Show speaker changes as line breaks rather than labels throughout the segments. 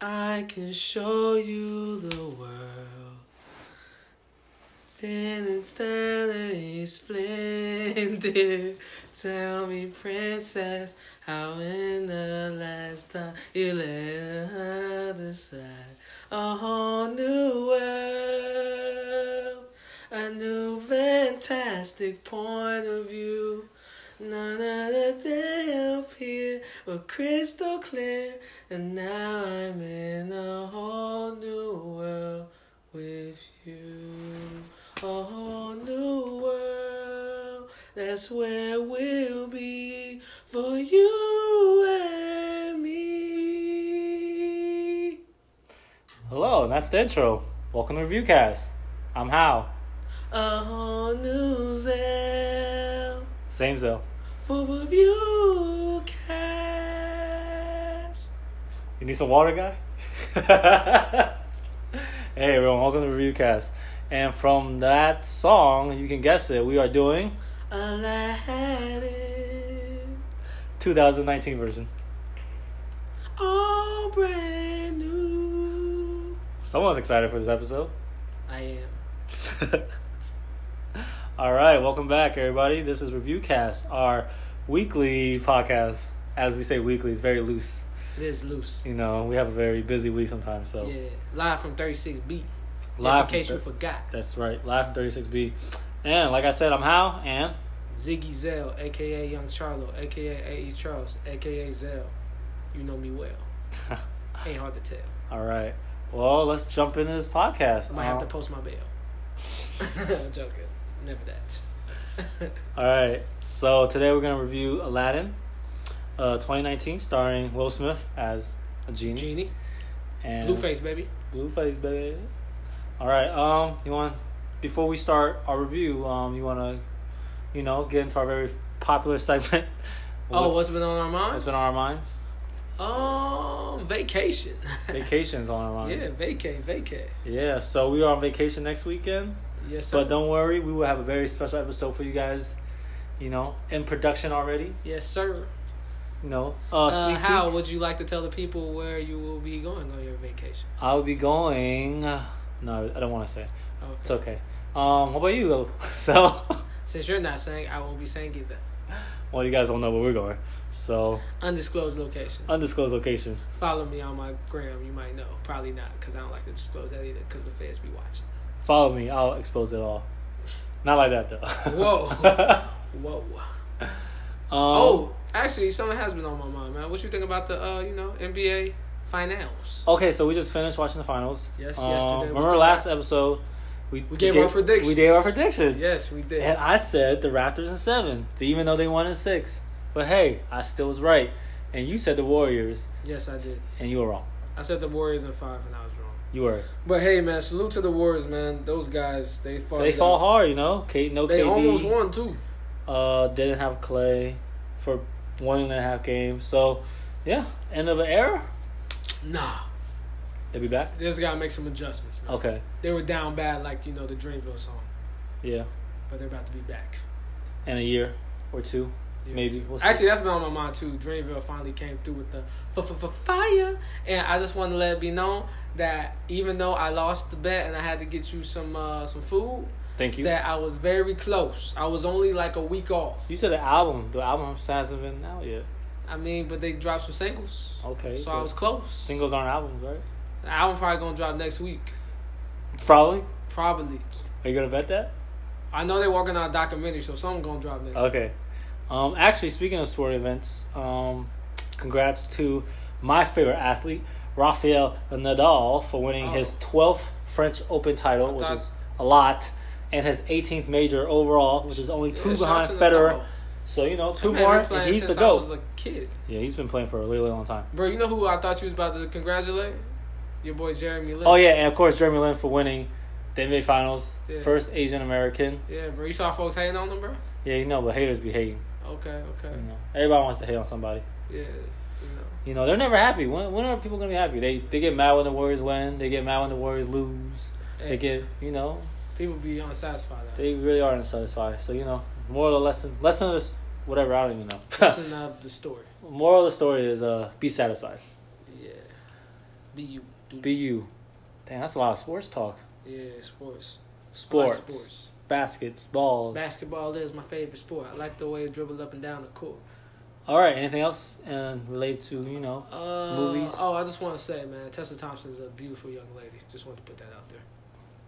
I can show you the world. Then it's is splendid. Tell me, princess, how in the last time you let another side a whole new world, a new fantastic point of view. None of the day up here were crystal clear, and now I'm in a whole new world with you. A whole new world, that's where we'll be for you and me.
Hello, and that's the intro. Welcome to Reviewcast. I'm Hal.
A whole new Zell
Same Zill.
for review cast.
You need some water, guy? hey, everyone, welcome to Reviewcast. And from that song, you can guess it, we are doing
Aladdin,
2019 version.
all brand new.
Someone's excited for this episode.
I am.
All right, welcome back, everybody. This is Reviewcast, our weekly podcast. As we say weekly, it's very loose.
It is loose.
You know, we have a very busy week sometimes, so.
Yeah, live from 36B. Just
Live
in
from
case you
thir-
forgot,
That's right, live from 36B. And like I said, I'm Hal, and
Ziggy Zell, aka Young Charlo, aka A.E. E Charles, aka Zell. You know me well. Ain't hard to tell.
all right. Well, let's jump into this podcast.
I might have
Uh,
to post my bail. I'm joking. Never that.
All right. So today we're gonna review Aladdin, uh, 2019, starring Will Smith as a genie.
Genie,
and
Blueface, baby.
Blueface, baby. All right. Um, you want before we start our review, um, you wanna, you know, get into our very popular segment.
oh, what's been on our minds?
what's been on our minds?
Um, vacation.
Vacations on our minds.
yeah, vacay, vacay.
Yeah. So we are on vacation next weekend,
Yes, sir.
but don't worry, we will have a very special episode for you guys. You know, in production already.
yes, sir.
You know, uh,
Uh,
sneak
how
peek.
would you like to tell the people where you will be going on your vacation?
I'll be going. No, I don't want to say.
Okay.
It's okay. Um, what about you, though? So,
Since you're not saying, I won't be saying either.
well, you guys don't know where we're going. So,
Undisclosed location.
undisclosed location.
Follow me on my gram. You might know. Probably not, because I don't like to disclose that either, because the feds be watching.
Follow me. I'll expose it all. Not like that, though.
Whoa. Whoa.
um,
Oh, actually, something has been on my mind, man. What you think about the, uh, you know, NBA finals?
Okay, so we just finished watching the finals.
Yes,
Um,
yesterday was
Remember
the
last
wrap.
episode? We,
gave our predictions.
We gave our predictions.
Yes, we did.
And I said the Raptors in seven, even though they won in six. But hey, I still was right. And you said the Warriors,
yes, I did.
and you were wrong.
I said the Warriors in five, and I was wrong.
You were.
But hey, man, salute to the Warriors, man. Those guys, they fought.
They
it
fall
out.
hard, you know. Kate, no
They
KD.
almost won too.
Uh, didn't have Clay for one and a half games. So, yeah, end of an era.
Nah,
They'll be back.
they just gotta make some adjustments, man.
Okay.
They were down bad, like you know the Dreamville song,
Yeah,
but they're about to be back.
in a year or two,
Yeah.
maybe. We'll see.
Actually, that's been on my mind too. Dreamville finally came through with the f- f- f- fire, and I just want to let it be known that even though I lost the bet and I had to get you some uh, some food,
thank you.
that I was very close. I was only like a week off.
you said the album. The album hasn't been out yet.
I mean, but they dropped some singles,
Okay.
so
but
I was close.
Singles aren't albums, right?
The album probably gonna drop next week,
Probably.
probably.
Are you gonna bet that?
I know they're working on a documentary, so something gonna drop next.
Okay. Um, actually, speaking of sport events, um, congrats to my favorite athlete, Rafael Nadal, for winning
Oh.
his 12th French Open title,
I
which
thought-
is a lot, and his 18th major overall, which is only
Yeah,
two
shout out
behind
to
Federer.
Nadal.
So, you know,
That
two
man been
more,
playing
and he's the
since I was
GOAT.
a kid,
Yeah, he's been playing for a really, really long time.
bro. You know who I thought you was about to congratulate? Your boy Jeremy Lin.
Oh, yeah, and of course, Jeremy Lin for winning the NBA Finals,
Yeah.
first Asian American.
yeah, bro. You saw folks hating on him, bro.
Yeah, you know, but haters be hating.
Okay, okay,
You know, everybody wants to hate on somebody.
yeah, you know.
You know, they're never happy. When, when are people gonna be happy? They they get mad when the Warriors win. They get mad when the Warriors lose. They
Hey,
get you know
people be unsatisfied. Now.
they really are unsatisfied. So you know Moral of the lesson, lesson of this, whatever. I don't even know.
Listen of the story.
Moral of the story is uh, be satisfied.
Yeah. Be you. Dude.
Be you. Dang, that's a lot of sports talk.
yeah, sports. I like
Sports,
sports.
baskets, balls.
Basketball is my favorite sport. I like the way it dribbled up and down the court.
All right. Anything else and related to you know?
Uh,
Movies?
Oh, I just want to say, man, Tessa Thompson is a beautiful young lady. Just wanted to put that out there.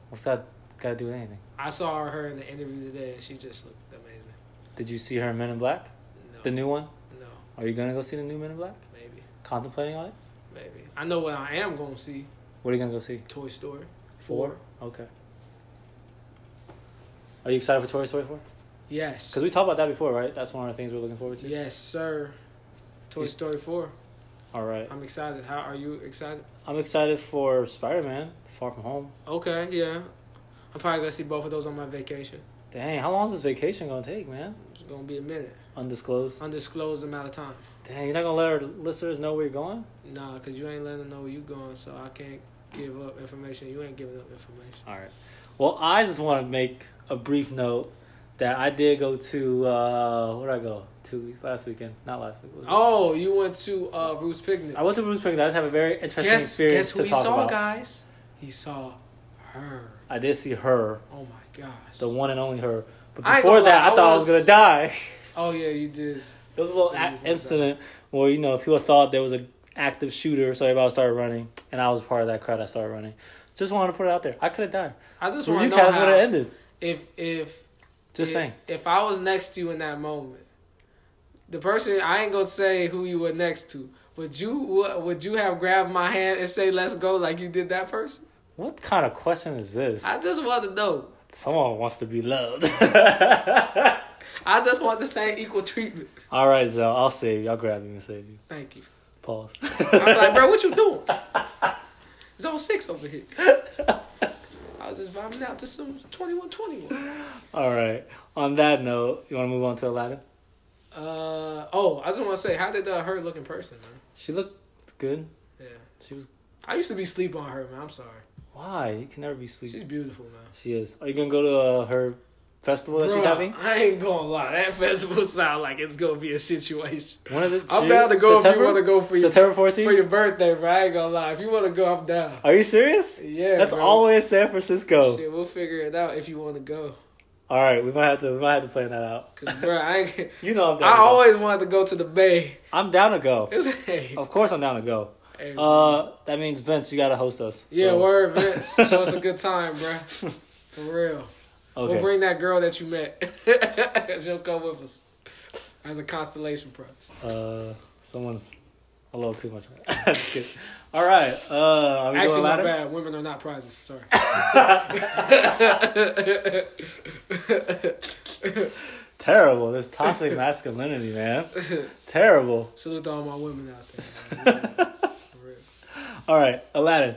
What's that got to do with anything?
I saw her in the interview today, and she just looked amazing.
Did you see her in Men in Black,
No,
the new one?
no,
Are you gonna go see the new Men in Black?
maybe,
Contemplating on it?
maybe. I know what I am gonna see:
What are you gonna go see?
Toy Story
Four. Okay. Are you excited for Toy Story four?
Yes.
Because we talked about that before, right? That's one of the things we're looking forward to.
Yes, sir. Toy
Yes.
Story Four.
All right.
I'm excited. How are you excited?
I'm excited for Spider Man Far From Home.
Okay, yeah. I'm probably gonna see both of those on my vacation.
Dang, how long is this vacation gonna take, man?
It's gonna be a minute,
Undisclosed.
undisclosed amount of time.
Dang, you're not gonna let our listeners know where you're going?
Nah, cause you ain't letting them know where you going, so I can't give up information. You ain't giving up information.
All right. Well, I just want to make a brief note that I did go to uh, where did I go? Two weeks last weekend, not last week. was it?
Oh, you went to uh, Ruth's picnic.
I went to Bruce Springs. I just have a very interesting
Guess
experience
guess who
to
he
talk
saw,
about.
guys? He saw her.
I did see her,
Oh my gosh.
the one and only her. But
I ain't
before
gonna
that,
lie,
I,
I
thought I was
was-
gonna die.
oh yeah, you did.
There was a little
Things
ac
like that.
incident where you know people thought there was an active shooter, so everybody started running, and I was part of that crowd. I started running. Just wanted to put it out there. I could have died.
I just want to know
Review cast would have
how,
ended.
if if
Just
if,
saying.
If I was next to you in that moment, the person I ain't gonna say who you were next to. Would you would would you have grabbed my hand and say let's go like you did that person?
What kind of question is this?
I just want to know.
Someone wants to be loved.
I just want the same equal treatment.
All right, Zell. I'll save you. I'll grab you and save you.
Thank you.
Pause.
I'm like, bro, what you doing? Zone six over here. I was just vibing out to some twenty one twenty one.
All right. On that note, you want to move on to Aladdin?
Uh oh, I just want to say, how did uh, her look in person, man?
She looked good.
Yeah,
She was.
I used to be sleep on her, man. I'm sorry.
Why? You can never be sleepy.
She's beautiful, man.
She is. Are you gonna go to uh, her festival that she's
Bruh,
having?
I ain't gonna lie. That festival sound like it's gonna be a situation.
When is it?
I'm
June?
down to go if
September?
you wanna go for your
September 14th?
for your birthday, bro. I ain't gonna lie. If you wanna go, I'm down.
Are you serious?
Yeah,
That's
bro.
always San Francisco.
Shit, we'll figure it out if you wanna go.
All right, we might have to we might have to plan that out.
Cause bro, I ain't,
You know I'm down.
I
to go.
always wanted to go to the Bay.
I'm down to go.
It was hey,
Of course I'm down to go.
hey,
Uh, that means Vince, you gotta host us.
yeah,
So-
word, Vince. Show us a good time, bro. For real.
Okay.
We'll bring that girl that you met. She'll come with us as a constellation prize.
uh, someone's a little too much. Just kidding. All right. Uh, are we
Actually,
going
my
Aladdin?
bad. Women are not prizes. Sorry.
Terrible. This toxic masculinity, man. Terrible.
Salute to all my women out there. man. For real.
All right, Aladdin.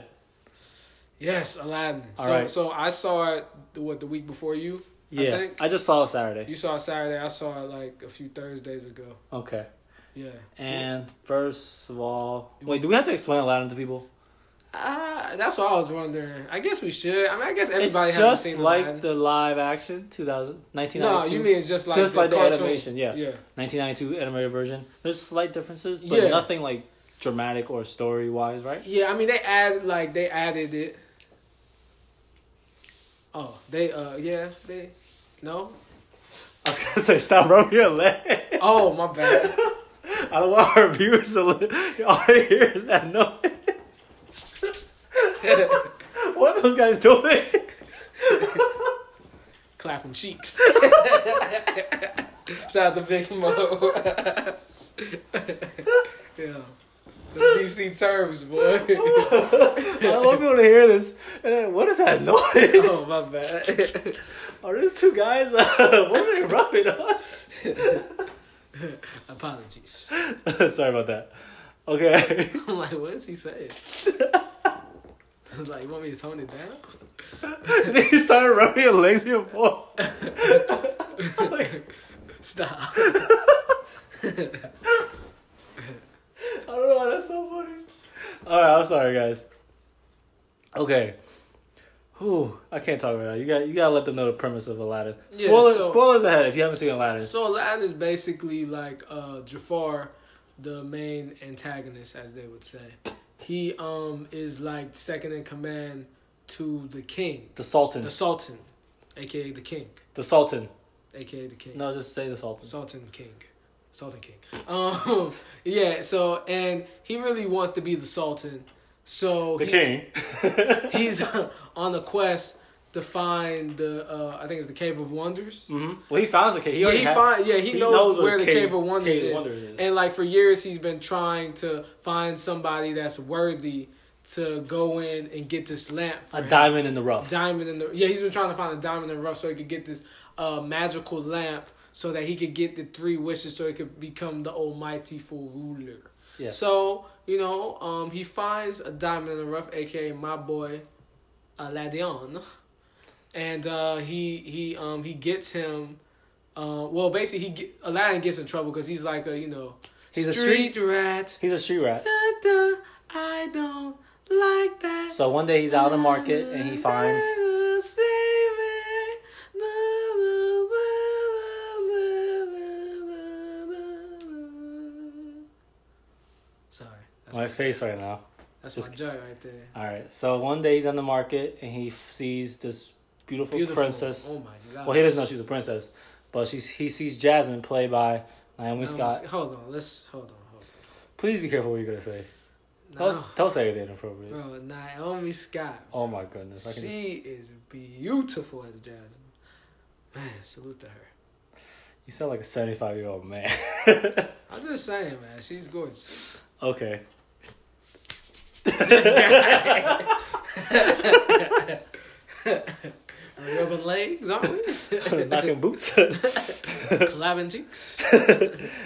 yes, Aladdin.
All
so,
right.
so I saw it the, what the week before you.
Yeah, I,
think-
just saw it Saturday.
You saw it Saturday. I saw it like a few Thursdays ago.
Okay.
Yeah.
And first of all,
You
wait, do we have to explain Aladdin to people?
Ah, that's what I was wondering. I guess we should. I mean, I guess everybody
it's
hasn't
just
seen
like
Aladdin.
the live action 2000,
no,
1992.
you mean it's just like
just
the
like the
cartoon.
animation, yeah.
Yeah.
1992 animated version. There's slight differences, but
Yeah.
nothing like dramatic or story wise, right?
Yeah, I mean they add like they added it. Oh, they uh yeah they, no
I was gonna say stop rubbing your leg.
oh my bad
I don't want our viewers to li- all they hear is that noise. what are those guys doing?
clapping cheeks. Shout out to Big Mo. yeah, the DC terms boy.
I don't want people to hear this. And then, What is that noise?
oh my bad.
Are those two guys? Uh, what are they rubbing on?
Apologies.
Sorry about that. Okay.
I'm like, what is he saying? like, you want me to tone it down?
And then you started rubbing your legs in your ball.
Stop.
I don't know. That's so funny. All right. I'm sorry, guys. Okay. Whew, I can't talk about it. You got you gotta let them know the premise of Aladdin.
Yeah,
Spoilers,
so-
spoilers ahead if you haven't seen Aladdin.
So Aladdin is basically like uh, Jafar, the main antagonist, as they would say. He um is like second in command to the king,
The Sultan.
the Sultan, aka the king,
The Sultan.
aka the king,
No, just say the Sultan.
Sultan King, Sultan King. Um, yeah. So and he really wants to be the Sultan. So
The
he's-
King.
he's uh, on a quest to find the uh, I think it's the Cave of Wonders.
hmm Well, he finds the king. He
yeah,
already
he
had-
find, yeah, he, knows, where the Cave, of Wonders
Cave
is. And like for years he's been trying to find somebody that's worthy to go in and get this lamp for
A
him.
diamond in the rough.
diamond in the Yeah, he's been trying to find a diamond in the rough so he could get this uh, magical lamp so that he could get the three wishes so he could become the almighty full ruler.
Yes.
So, you know, um, he finds a diamond in the rough, aka my boy Aladion. And uh, he he um he gets him uh, well basically he get, Aladdin gets in trouble because he's like a you know
He's a
rat.
He's a street rat.
Da, da, I don't like that.
So one day he's out in the market and he finds.
Save it. La, la, la, la, la, la, la, la. Sorry, that's
My face right now.
That's
Just-
my joy right there.
All right. So one day he's on the market and he f- sees this beautiful,
Beautiful
princess.
Oh my god.
well, he doesn't know she's a princess, but she's he sees Jasmine played by Naomi
Um,
Scott.
Hold on. Let's hold on. Hold
Please be careful what you're gonna say.
on.
Don't, don't say anything inappropriate.
No, bro, Naomi Scott.
Oh my goodness! I can just,
She is beautiful as Jasmine. Man, salute to her.
you sound like a seventy-five-year-old man.
I'm just saying, man. She's gorgeous.
okay.
This guy. Rubbing legs, aren't we?
Knocking boots.
Clapping cheeks.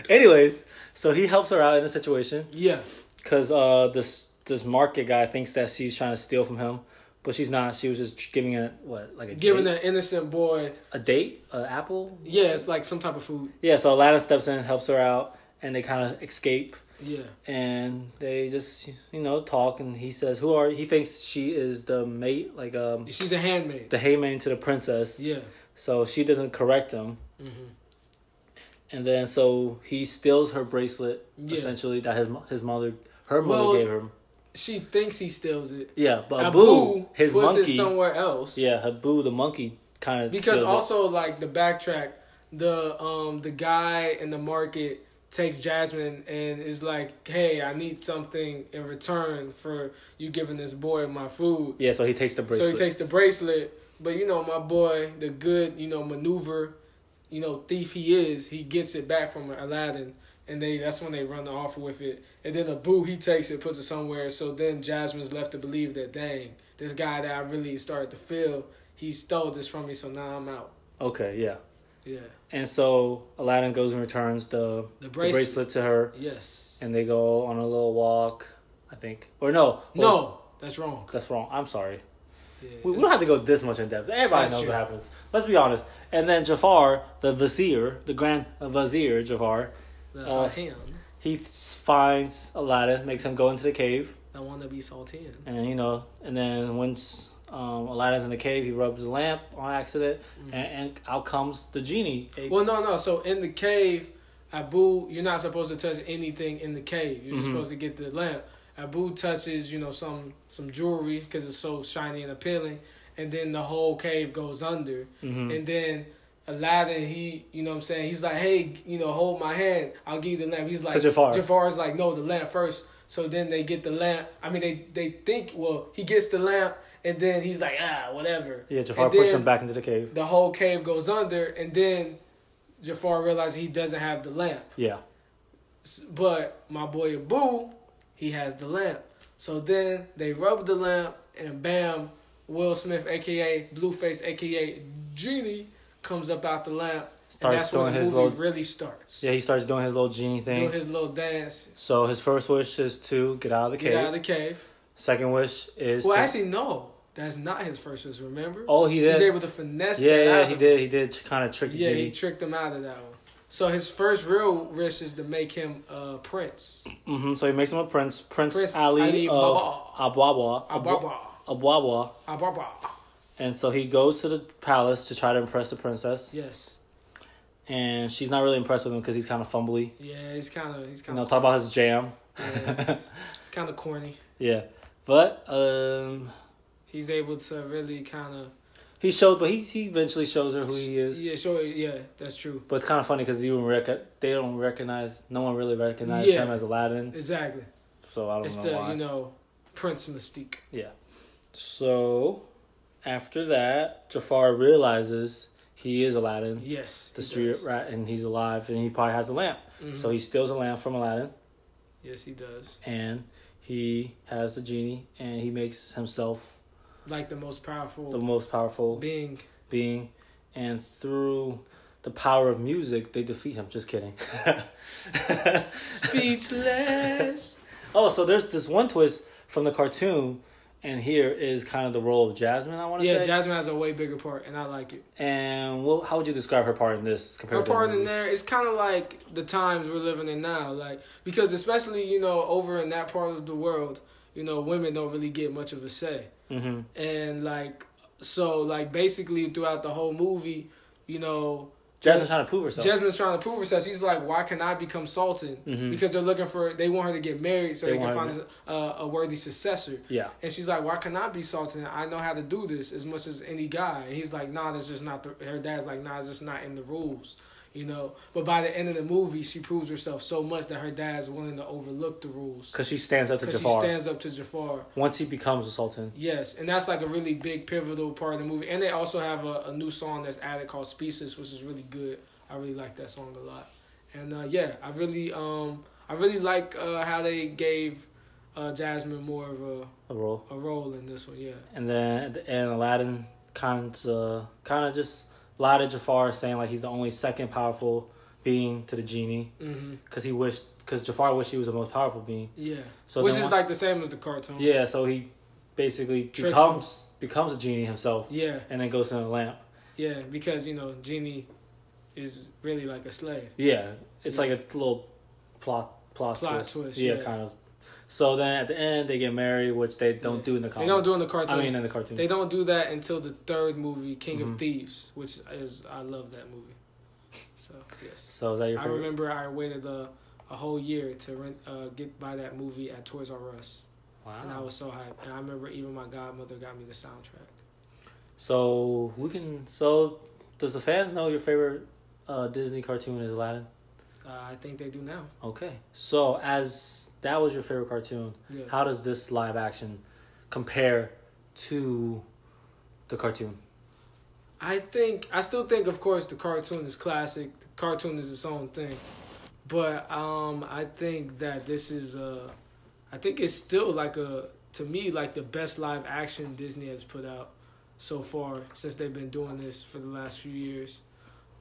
Anyways, so he helps her out in a situation
Yeah.
because uh, this this market guy thinks that she's trying to steal from him, but she's not. She was just giving it what like a
Giving
date?
an innocent boy.
a date, an apple.
Yeah, it's like some type of food.
Yeah, so Aladdin steps in, helps her out, and they kind of escape.
Yeah.
And they just you know talk, and he says, "Who are?" He thinks she is the mate, like um
She's a handmaid.
the hayman to the princess.
Yeah.
So she doesn't correct him,
hmm
and then so he steals her bracelet,
Yeah.
essentially that his mo- his mother her mother
Well,
gave him.
She thinks he steals it.
Yeah, but Abu,
Abu
his
puts
monkey.
it somewhere else.
Yeah, Habu the monkey kind of
Because also like the backtrack, the um the guy in the market takes Jasmine and is like, "Hey, I need something in return for you giving this boy my food."
yeah, so he takes the bracelet.
So he takes the bracelet, but you know my boy, the good you know maneuver, you know thief he is. He gets it back from Aladdin, and they that's when they run the offer with it. And then Abu he takes it, puts it somewhere. So then Jasmine's left to believe that dang, this guy that I really started to feel, he stole this from me. So now I'm out.
okay, yeah,
Yeah,
and so Aladdin goes and returns the
the
the bracelet,
bracelet.
to her,
Yes.
and they go on a little walk, I think, or no, or-
no, that's wrong.
that's wrong. I'm sorry.
Yeah,
We, we
that's-
don't have to go this much in depth. Everybody
That's
knows
true.
what happens. Let's be honest. And then Jafar, the vizier, the grand vizier Jafar,
that's
uh,
Sultan.
he finds Aladdin, makes him go into the cave,
I want to be Sultan.
and you know, and then once um, Aladdin's in the cave, he rubs the lamp on accident, and, and out comes the genie. A-
Mm-hmm. Well, no, no. So in the cave, Abu, you're not supposed to touch anything in the cave. You're just
Mm-hmm.
supposed to get the lamp. Abu touches, you know, some some jewelry because it's so shiny and appealing, and then the whole cave goes under.
Mm-hmm.
And then Aladdin, he, you know, what I'm saying, he's like, hey, you know, hold my hand. I'll give you the lamp. He's like,
Jafar.
Jafar's like, no, the lamp first. So then they get the lamp. I mean, they they think well, he gets the lamp, and then he's like, ah, whatever.
yeah, Jafar
And
pushed
then-
him back into the cave.
the whole cave goes under, and then Jafar realizes he doesn't have the lamp.
Yeah,
S- But my boy Abu, he has the lamp. So then they rub the lamp, and bam, Will Smith, aka Blueface, aka Genie, comes up out the lamp,
Starts
and that's when
doing
the
his
movie
little-
really starts.
yeah. He starts doing his little genie thing.
doing his little dance,
so his first wish is to get out of the
get
cave.
out of the cave.
Second wish is
Well,
to-
actually, no, that's not his first. wish, Remember,
oh he
he's
did.
able to finesse.
yeah,
that out
yeah,
of
he
the
did. He did kind of trick the
Yeah,
genie.
he tricked him out of that one. So his first real wish is to make him uh, prince.
hmm So he makes him a prince, Prince,
Prince Ali
Ali, of Abwabwa,
Ababa.
Abwabwa,
Ababa.
And so he goes to the palace to try to impress the princess,
Yes.
and she's not really impressed with him because he's kind of fumbly.
Yeah, he's kind of he's
You
kind
know,
of
talk about his jam.
yeah, he's, kind of corny.
Yeah, but um,
He's able to really kind of
he showed, but he he eventually shows her who he is.
yeah, sure, yeah, that's true.
But it's kind of funny because you and rec- they don't recognize, no one really recognized
Yeah.
him as Aladdin.
Exactly.
So I don't
It's
know
the
why.
you know Prince mystique.
Yeah. So after that, Jafar realizes he is Aladdin,
Yes.
the
he
street
does.
rat, and he's alive, and he probably has a lamp.
Mhm.
So he steals a lamp from Aladdin,
yes, he does.
and he has the genie, and he makes himself
Like the most powerful
the most powerful
being.
being. And through the power of music, they defeat him. Just kidding.
Speechless.
oh, so there's this one twist from the cartoon, and here is kind of the role of Jasmine. I want to
yeah,
say.
Jasmine has a way bigger part, and I like it.
And well, how would you describe her part in this? Compared
Her
to the
part in
movies?
there is kind of like the times we're living in now, like because especially you know over in that part of the world, you know women don't really get much of a say,
Mm-hmm.
and like so like basically throughout the whole movie, you know
Jasmine's trying to prove herself.
Jasmine's trying to prove herself. She's like, why can I become Sultan?
Mhm.
Because they're looking for, they want her to get married so
They
they, can
want
find
her
a, a worthy successor.
yeah,
And she's like, why can I be Sultan? I know how to do this as much as any guy. And he's like, nah, that's just not the, her dad's like, nah, it's just not in the rules, you know? But by the end of the movie, she proves herself so much that her dad's willing to overlook the rules.
because she stands up to
Because she
Jafar.
stands up to Jafar.
Once he becomes a sultan,
Yes, and that's like a really big pivotal part of the movie. And they also have a, a new song that's added called Species, which is really good. I really like that song a lot. And uh, yeah, I really um I really like uh, how they gave uh, Jasmine more of a,
a role,
a role in this one. Yeah,
and then at the end, Aladdin kind of kind of just lied to Jafar, saying like he's the only second powerful being to the genie,
hmm
because he wished, because Jafar wished he was the most powerful being.
yeah,
So
which
then
is
one-
like the same as the cartoon.
yeah, so he basically
Tricks him.
becomes becomes a genie himself,
yeah,
and then goes to the lamp.
yeah, because you know Genie is really like a slave.
Yeah, it's like a little plot plot,
Plot
twist.
twist,
Yeah,
yeah.
kind of. So then at the end they get married, which they don't
Yeah.
do in the
They
comics.
don't do in the
I
cartoon.
mean, uh, in the cartoon.
they don't do that until the third movie, King
Mhm.
of Thieves, which is I love that movie. So yes.
so is that your
I
favorite?
remember I waited a, a whole year to rent uh, get buy that movie at Toys R Us, and I
Wow.
was so hyped. And I remember even my godmother got me the soundtrack.
So we can. So does the fans know your favorite uh, Disney cartoon is Aladdin?
Uh, I think they do now.
Okay. So as that was your favorite cartoon,
Yeah.
how does this live action compare to the cartoon?
I think I still think, of course, the cartoon is classic. The cartoon is its own thing, but um, I think that this is uh, I think it's still like a to me like the best live action Disney has put out so far since they've been doing this for the last few years.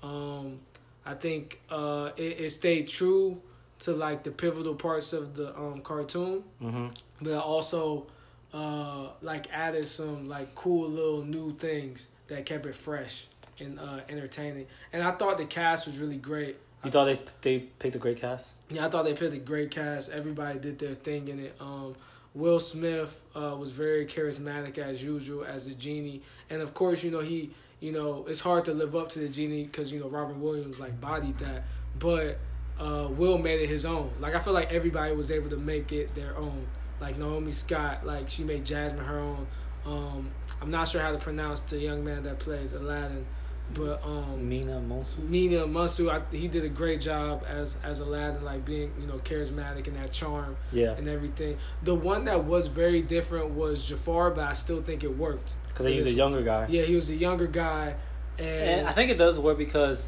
Um, I think uh, it, it stayed true to like the pivotal parts of the um, cartoon,
Mm-hmm.
but I also uh, like added some like cool little new things that kept it fresh and uh, entertaining. And I thought the cast was really great.
You thought they they picked a great cast?
Yeah, I thought they picked a great cast. Everybody did their thing in it. Um, Will Smith uh, was very charismatic as usual as the genie, and of course, you know he, you know, it's hard to live up to the genie because you know Robin Williams like bodied that, but uh, Will made it his own. Like I feel like everybody was able to make it their own. Like Naomi Scott, like she made Jasmine her own. Um, I'm not sure how to pronounce the young man that plays Aladdin, but um,
Mina Monsu.
Mina Musu, I, he did a great job as as Aladdin, like being you know charismatic and that charm
Yeah,
and everything. The one that was very different was Jafar, but I still think it worked.
because they used a
This-
younger guy.
Yeah, he was a younger guy, and,
And I think it does work because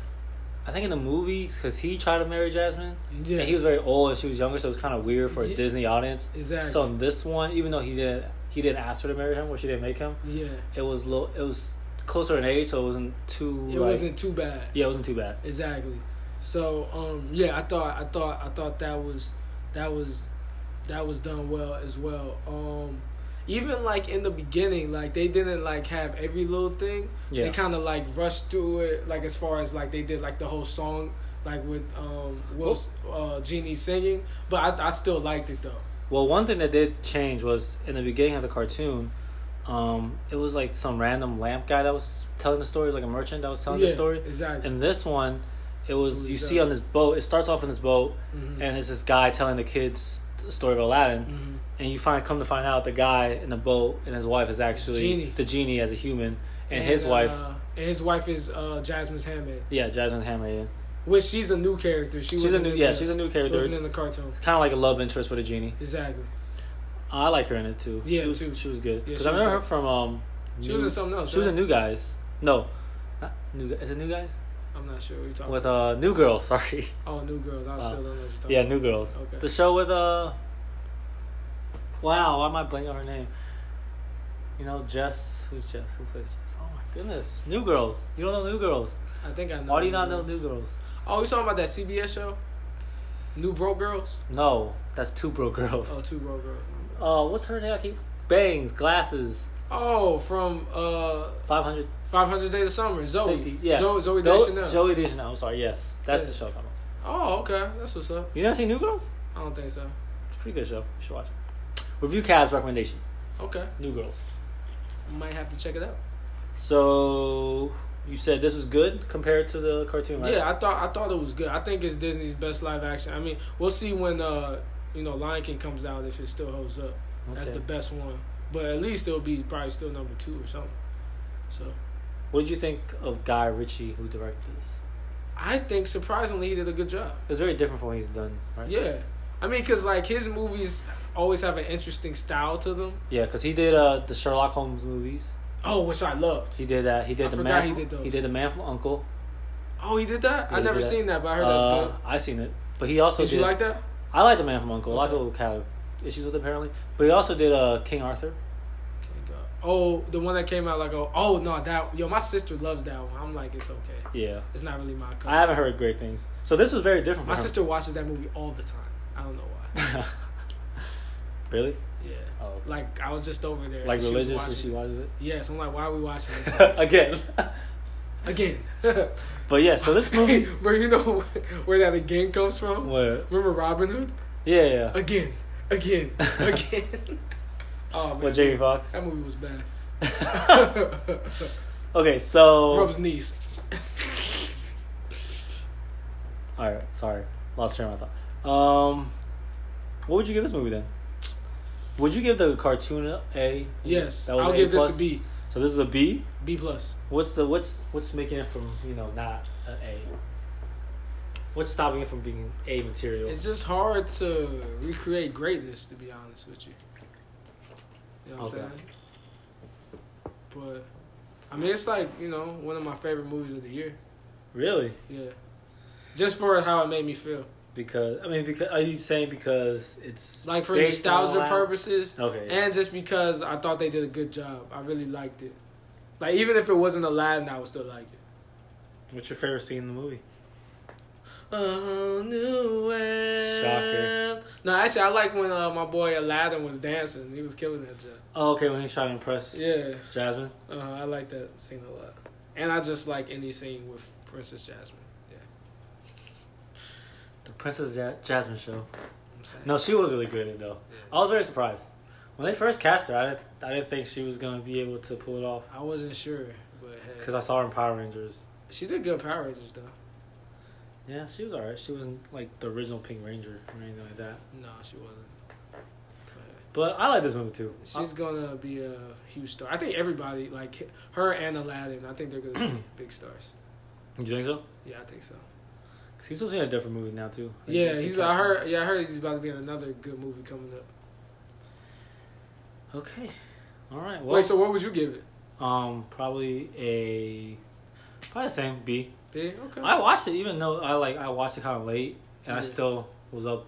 I think in the movies, because he tried to marry Jasmine,
yeah,
and he was very old and she was younger, so it was kind of weird for a
Yeah.
Disney audience.
exactly.
So in this one, even though he didn't, he didn't ask her to marry him, or she didn't make him.
yeah,
It was low. It was closer in age, so it wasn't too.
it
like-
wasn't too bad.
Yeah, it wasn't too bad.
Exactly. So um, yeah, I thought I thought I thought that was that was that was done well as well. Um, even like in the beginning, like they didn't like have every little thing.
Yeah.
They kind of like rushed through it, like as far as like they did like the whole song, like with um
Oh.
Will uh, Genie singing. But I I still liked it though.
Well, one thing that did change was in the beginning of the cartoon, Um, it was like some random lamp guy that was telling the story, it was like a merchant that was telling
yeah,
the story.
Exactly. uh,
And this one, it was
Who's
you
that?
see on this boat. It starts off on this boat,
Mhm.
and it's this guy telling the kids the story of Aladdin.
Mhm.
And you find come to find out the guy in the boat and his wife is actually
Genie.
the genie as a human, and, his
uh,
wife,
and his wife is uh, Jasmine's handmaid,
yeah, Jasmine Hamlet. Yeah.
which she's a new character. She
She's a
wasn't
new
in
yeah,
the-
she's a new character.
wasn't
It's
in the cartoon.
kind of like a love interest for the genie.
Exactly.
I like her in it too.
Yeah,
she was,
too.
She was good.
Yeah,
Because
she
I
was
remember her
dope.
from um,
She
New-
was in something else.
She was
right?
in New Guys. No, not New. Guys. Is it New Guys?
I'm not sure what you're talking.
With uh, New Girl. Sorry.
about. Oh, New Girls. I
Uh,
still don't know what you're talking.
Yeah,
about.
New Girls.
Okay.
The show with uh. Wow, why am I blanking on her name? You know Jess. Who's Jess? Who plays Jess? Oh my goodness, New Girls. You don't know New Girls.
I think I know.
Why do you not know New
Girls.
Girls?
Oh, you talking about that CBS show? New Broke Girls.
No, that's Two Bro Girls.
Oh, Two Broke Girls.
Uh, what's her name? I keep bangs, glasses,
Oh, from uh,
five hundred
500 Days of Summer. Zoe.
fifty. Yeah,
Zoe, Zoe
Zo-
Deschanel.
Zoe Deschanel. I'm sorry. Yes, that's
Yeah.
the show. I'm talking about.
Oh, okay. That's what's up.
You never seen New Girls?
I don't think so.
It's a pretty good show. You should watch it. Review Kaz recommendation.
Okay.
New Girls.
Might have to check it out.
So you said this is good compared to the cartoon, right?
Yeah, I thought I thought it was good. I think it's Disney's best live action. I mean, we'll see when uh you know Lion King comes out if it still holds up. That's
Okay.
the best one. But at least it'll be probably still number two or something. So
What did you think of Guy Ritchie, who directed this?
I think surprisingly he did a good job.
It was very different from what he's done, right?
Yeah, I mean, cause like his movies always have an interesting style to them.
Yeah, because he did uh, the Sherlock Holmes movies.
Oh, which I loved.
He did that. He did
I
the
forgot
man.
he
from-
did those.
He did the Man from Uncle.
Oh, he did that.
Yeah,
I
he
never
did that.
seen that, but I heard that's
Uh,
good.
I seen it, but he also
Did
did.
you like that?
I like the Man from Uncle. A lot of
Okay.
people have issues with it, apparently, but he also did uh, King Arthur.
Can't go. Oh, the one that came out like oh, oh no that yo my sister loves that one. I'm like it's okay.
Yeah,
It's not really my. cup of
I haven't
tea.
heard great things. So this was very different.
My
from
sister watches that movie all the time. I don't know why.
sister. really?
Yeah.
Oh,
Like I was just over there. and
like
she was
religious? and
watching
She
it.
watches it
Yes, I'm like, why are we watching this
again.
again?
but yeah, so this movie.
Where you know where that again comes from?
Where?
Remember Robin Hood?
Yeah, yeah.
Again, again, again. oh man,
With Jamie Foxx.
that movie was bad.
Okay, so
Rub's niece.
all right, sorry, lost train of my thought. Um, what would you give this movie then? Would you give the cartoon a?
Yes,
That was
I'll
an
give this
plus?
a B.
So this is a B.
B plus.
What's the what's what's making it from you know not an A? What's stopping it from being A material?
It's just hard to recreate greatness, to be honest with you. You know what
Okay.
I'm saying? But I mean, it's like you know one of my favorite movies of the year.
really?
Yeah, just for how it made me feel.
Because I mean, because are you saying because it's
Like for
based on
nostalgia
live-
purposes,
Okay. yeah.
and just because I thought they did a good job. I really liked it. Like even if it wasn't Aladdin, I would still like it.
What's your favorite scene in the movie?
Oh, new
Shocker.
world. No, actually, I like when uh, my boy Aladdin was dancing. He was killing that job.
Oh, okay, when he's trying to impress
Yeah.
Jasmine.
Uh, I like that scene a lot, and I just like any scene with Princess Jasmine. Yeah,
The Princess ja- Jasmine show.
I'm saying.
No, she was really good in it though. I was very surprised when they first cast her. I didn't, I didn't think she was gonna be able to pull it off
I wasn't sure, but
because
hey,
I saw her in Power Rangers.
she did good Power Rangers though.
Yeah, she was alright. She wasn't like the original Pink Ranger or anything like that.
No, she wasn't. But, hey,
But I like this movie too.
She's gonna be a huge star. I think everybody like her and Aladdin. I think they're gonna be big stars.
I- you think so?
Yeah, I think so.
'Cause he's supposed to be in a different movie now too. Like,
Yeah,
they
he's.
cast
I
him.
heard. Yeah, I heard he's about to be in another good movie coming up.
Okay, all right. Well,
Wait, so what would you give it?
um, probably a probably the same B.
Yeah, okay.
I watched it even though I like I watched it kind of late and I
Yeah.
still was up.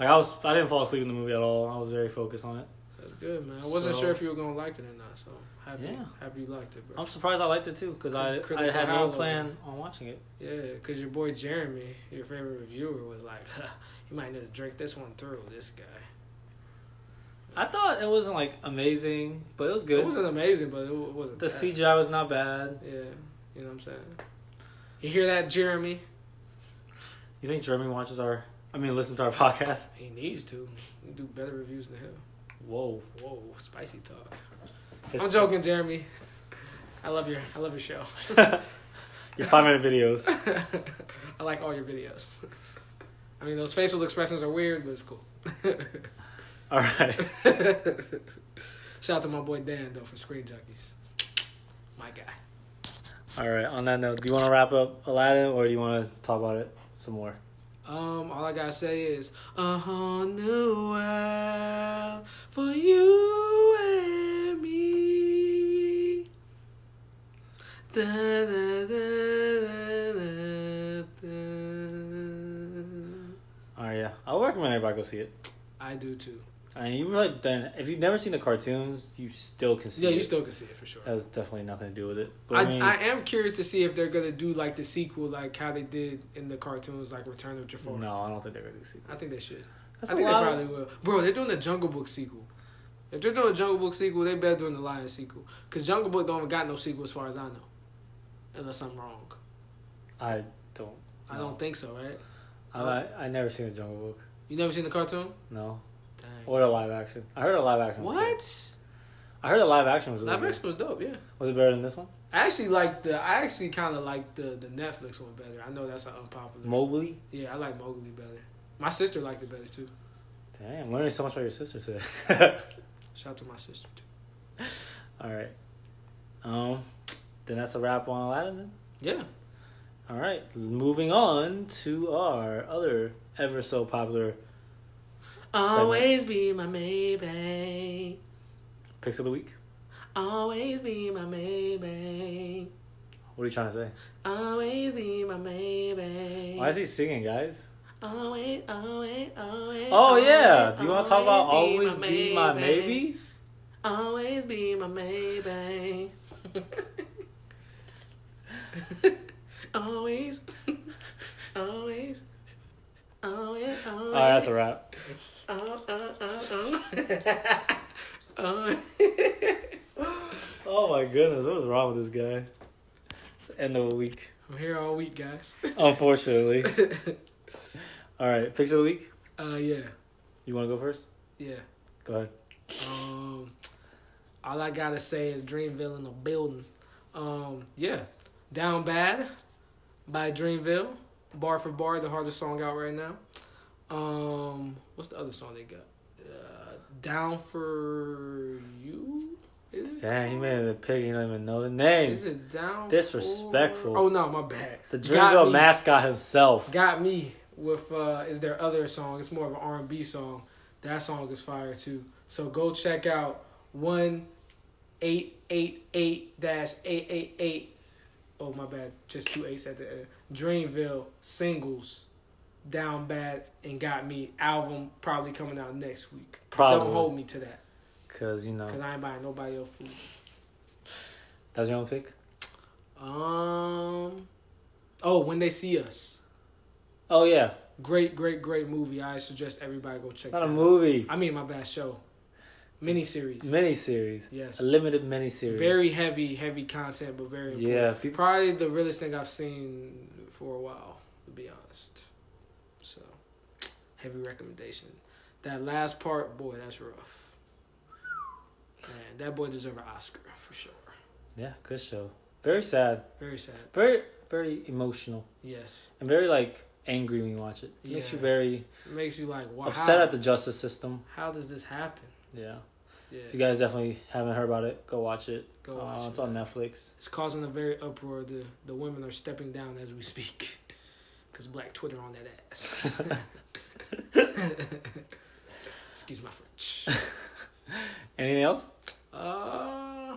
Like I was, I didn't fall asleep in the movie at all. I was very focused on it.
That's good, man. I wasn't
So-
sure if you were gonna like it or not, so happy,
Yeah.
happy you liked it, bro.
I'm surprised I liked it too because I
Critical
I had no
Hollow.
plan on watching it.
Yeah, because your boy Jeremy, your favorite reviewer, was like, you might need to drink this one through, this guy.
I thought it wasn't like amazing, but it was good.
It wasn't amazing, but it wa- wasn't
the
bad.
CGI was not bad.
Yeah, you know what I'm saying? You hear that, Jeremy?
You think Jeremy watches our? I mean, listens to our podcast.
He needs to. You do better reviews than him.
Whoa.
Whoa, spicy talk.
It's-
I'm joking, Jeremy. I love your I love your show.
Your five minute videos.
I like all your videos. I mean, those facial expressions are weird, but it's cool.
All right.
Shout out to my boy Dan though for Screen Junkies. My guy.
All right. On that note, do you want to wrap up Aladdin or do you want to talk about it some more?
Um, all I gotta say is a whole new world for you and me. Da, da, da, da, da, da.
All right. Yeah. I'll recommend everybody go see it.
I do too.
I mean, you really done. If you've never seen the cartoons, you still can see.
Yeah,
it.
you still can see it for sure.
That has definitely nothing to do with it. But I,
I,
mean,
I am curious to see if they're gonna do like the sequel, like how they did in the cartoons, like Return of Jafar.
no, I don't think they're gonna see.
I think they should.
That's
I
a
think they
lot of-
probably will. Bro, they're doing a Jungle Book sequel. If they're doing a Jungle Book sequel, they better doing the Lion sequel. Cause Jungle Book don't even got no sequel as far as I know, unless I'm wrong.
I don't.
I
No.
don't think so, right?
I, I I never seen a Jungle Book.
You never seen the cartoon?
No,
Dang.
or a live action. I heard a live action. was good.
What?
I heard a live action was really
Live
good.
action was dope. Yeah,
Was it better than this one?
I actually like the. I actually kind of like the the Netflix one better. I know that's an unpopular.
Mobley.
yeah, I like Mowgli better. My sister liked it better too.
Damn, I'm learning so much about your sister today.
Shout out to my sister too.
All right. Um, then that's a wrap on Aladdin. Then.
Yeah.
All right, moving on to our other ever so popular
Always be my maybe.
picks of the week.
Always be my maybe.
What are you trying to say?
Always be my baby.
Why is he singing, guys?
Always, always, always.
Oh
always,
yeah, do you want to talk about always
my
be my
baby.
maybe?
Always be my baby. always, always, always, always.
All right, Oh, that's a wrap.
Oh, oh, oh, oh. oh.
Oh my goodness, what was wrong with this guy? It's the end of a week,
I'm here all week, guys.
unfortunately. All right, picks of the week.
uh, yeah,
You want to go first?
yeah.
Go ahead.
Um, all I gotta say is Dreamville in the building. Um, yeah, Down Bad by Dreamville, bar for bar, the hardest song out right now. Um, what's the other song they got? Uh, Down for you. Is it?
Dang, he made it a pig. He don't even know the name.
Is it down?
Disrespectful.
For... Oh no, my bad.
The
Got
Dreamville
Me-
mascot himself.
Got me with uh, is their other song. It's more of an R and B song. That song is fire too. So go check out one eight eight eight dash eight eight eight. Oh my bad, just two eights at the end. Dreamville singles, down bad and got me album probably coming out next week.
Probably.
Don't hold me to that
Cause you know
because I ain't buying nobody else food.
that's your own pick.
Um, oh when they see us,
Oh yeah,
great great great movie. I suggest everybody go check.
it's not
that
a
out.
movie.
I mean, my bad show. Miniseries.
Miniseries.
Yes.
A limited miniseries.
Very heavy, heavy content, but very important.
Yeah. People,
Probably the realest thing I've seen for a while, to be honest. So, heavy recommendation. That last part, boy, that's rough. Man, that boy deserves an Oscar for sure.
yeah. Good show. Very sad.
Very sad.
Very very emotional
Yes.
and very like angry when you watch it. It Makes
Yeah.
you very
Makes you like, wow.
upset at the justice system.
how does this happen?
Yeah. If you
Yeah.
guys definitely haven't heard about it, go watch it.
Go
Uh,
watch
It's
it.
on Netflix.
It's causing a very uproar. The the women are stepping down as we speak, cause Black Twitter on that ass. Excuse my French.
Anything else?
Uh,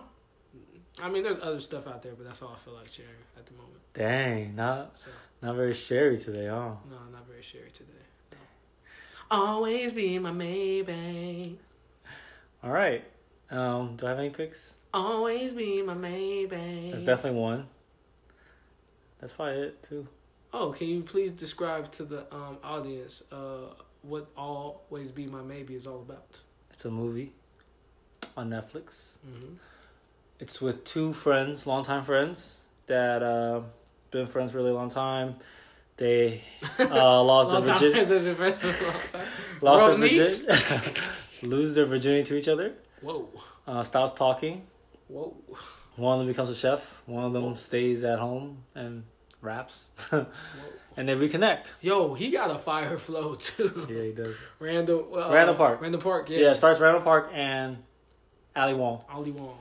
I mean, there's other stuff out there, but that's all I feel like sharing at the moment.
Dang, not
So
not very sherry today, huh?
no, I'm not very sharing today. No. Always be my maybe.
All right. Um, do I have any picks?
Always be my maybe.
That's definitely one. That's probably it too.
Oh, can you please describe to the um audience uh what always be my maybe is all about?
It's a movie on Netflix.
Mm-hmm.
It's with two friends, longtime friends that uh, been friends really long time. They uh, lost
long
their
time
virginity,
has it been friends for a long time.
lost
Rose
their virgin- lose their virginity to each other.
Whoa.
Uh, stops talking,
Whoa.
One of them becomes a chef. One of them stays at home and raps, and they reconnect.
Yo, he got a fire flow too.
Yeah, he does.
Randall. uh,
Randall Park.
Randall Park.
Yeah,
Yeah.
it starts Randall Park and Ali Wong.
Ollie Wong.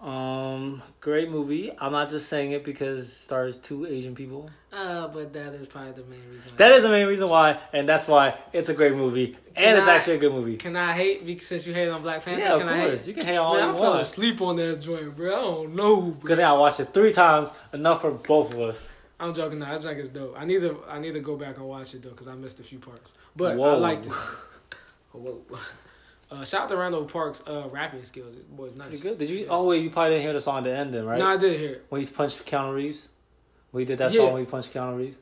Um, great movie. I'm not just saying it because it stars two Asian people.
Uh, but that is probably the main reason.
That is the main reason why, and that's why it's a great movie, and it's
Can I-
actually a good movie.
Can I hate because since you hate on Black Panther?
Yeah, of
can I
course.
hate?
You can hate all
Man, I
you
fell
want.
asleep on that joint, bro. I don't know,
Good
bro.
thing I watched it three times, enough for both of us.
I'm joking. Nah, that joint is dope. I need to. I need to go back and watch it though, cause I missed a few parts. But I
Whoa.
liked it. Whoa. Uh, shout out to Randall Park's uh, rapping skills. This boy's
You
nice.
good? Did you? Oh wait, you probably didn't hear the song at the end, then, right?
No, I did hear. it.
When he punched Keanu Reeves. We did that
Yeah.
song when he punched Keanu Reeves.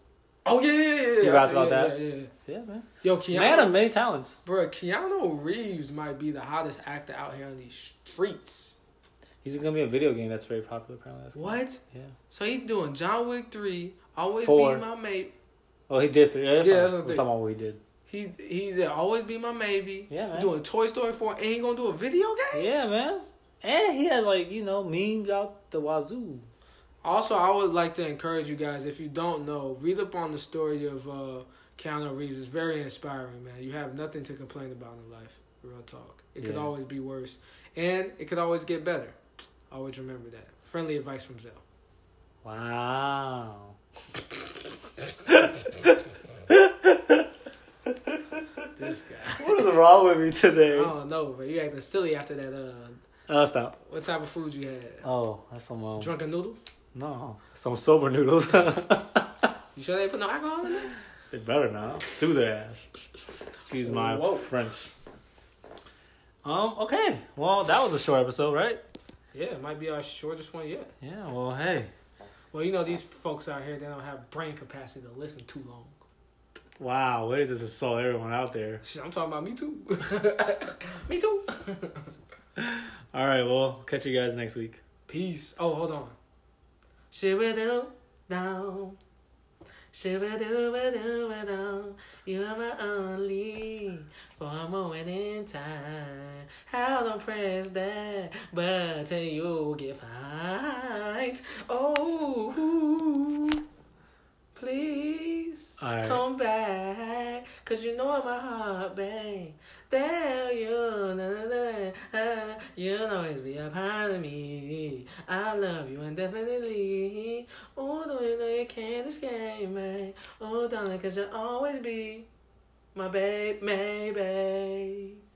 Oh yeah, yeah, yeah. yeah.
You rapped
yeah,
about that?
Yeah, yeah, yeah.
Yeah, man.
Yo, Keanu,
Man of many talents.
bro, Keanu Reeves might be the hottest actor out here on these streets.
He's gonna be in a video game that's very popular apparently. That's-
What?
Yeah.
So he doing John Wick three. Always
Four.
be my mate.
Well, Oh, he did three. Yeah, that's,
Yeah,
fine.
that's what I'm
We're talking about what he did.
He he did always be my maybe.
Yeah, man.
He doing Toy Story four and he gonna do a video game.
Yeah, man. And he has like you know memes out the wazoo.
Also, I would like to encourage you guys if you don't know, read up on the story of uh, Keanu Reeves. It's very inspiring, man. You have nothing to complain about in life. Real talk. It could
Yeah.
always be worse, and it could always get better. Always remember that. Friendly advice from Zell.
Wow.
This guy.
What is wrong with me
I
today?
don't know, but you acting silly after that. Uh,
Oh, stop.
what type of food you had?
Oh, that's some um,
Drunken noodle?
no, some sober noodles.
You sure they put no alcohol in it?
they better not sue their ass. Excuse my
Whoa.
French. Um. Okay. Well, that was a short episode, right?
Yeah, it might be our shortest one yet.
Yeah. Well, hey.
Well, you know these folks out here, they don't have brain capacity to listen too long.
Wow. Way to just assault everyone out there.
Shit, I'm talking about me too. me too.
All right. Well, catch you guys next week.
Peace. Oh, hold on. Shit we do now. Shit we do, we do, we do. You are my only for a moment in time. How don't press that button, you get fined. Oh, please.
All right.
Come back, cause you know my heart, babe. Tell you, na, na, na, na, you'll always be a part of me. I love you indefinitely. Oh, do you know you can't escape me? Oh, darling, cause you'll always be my babe, maybe.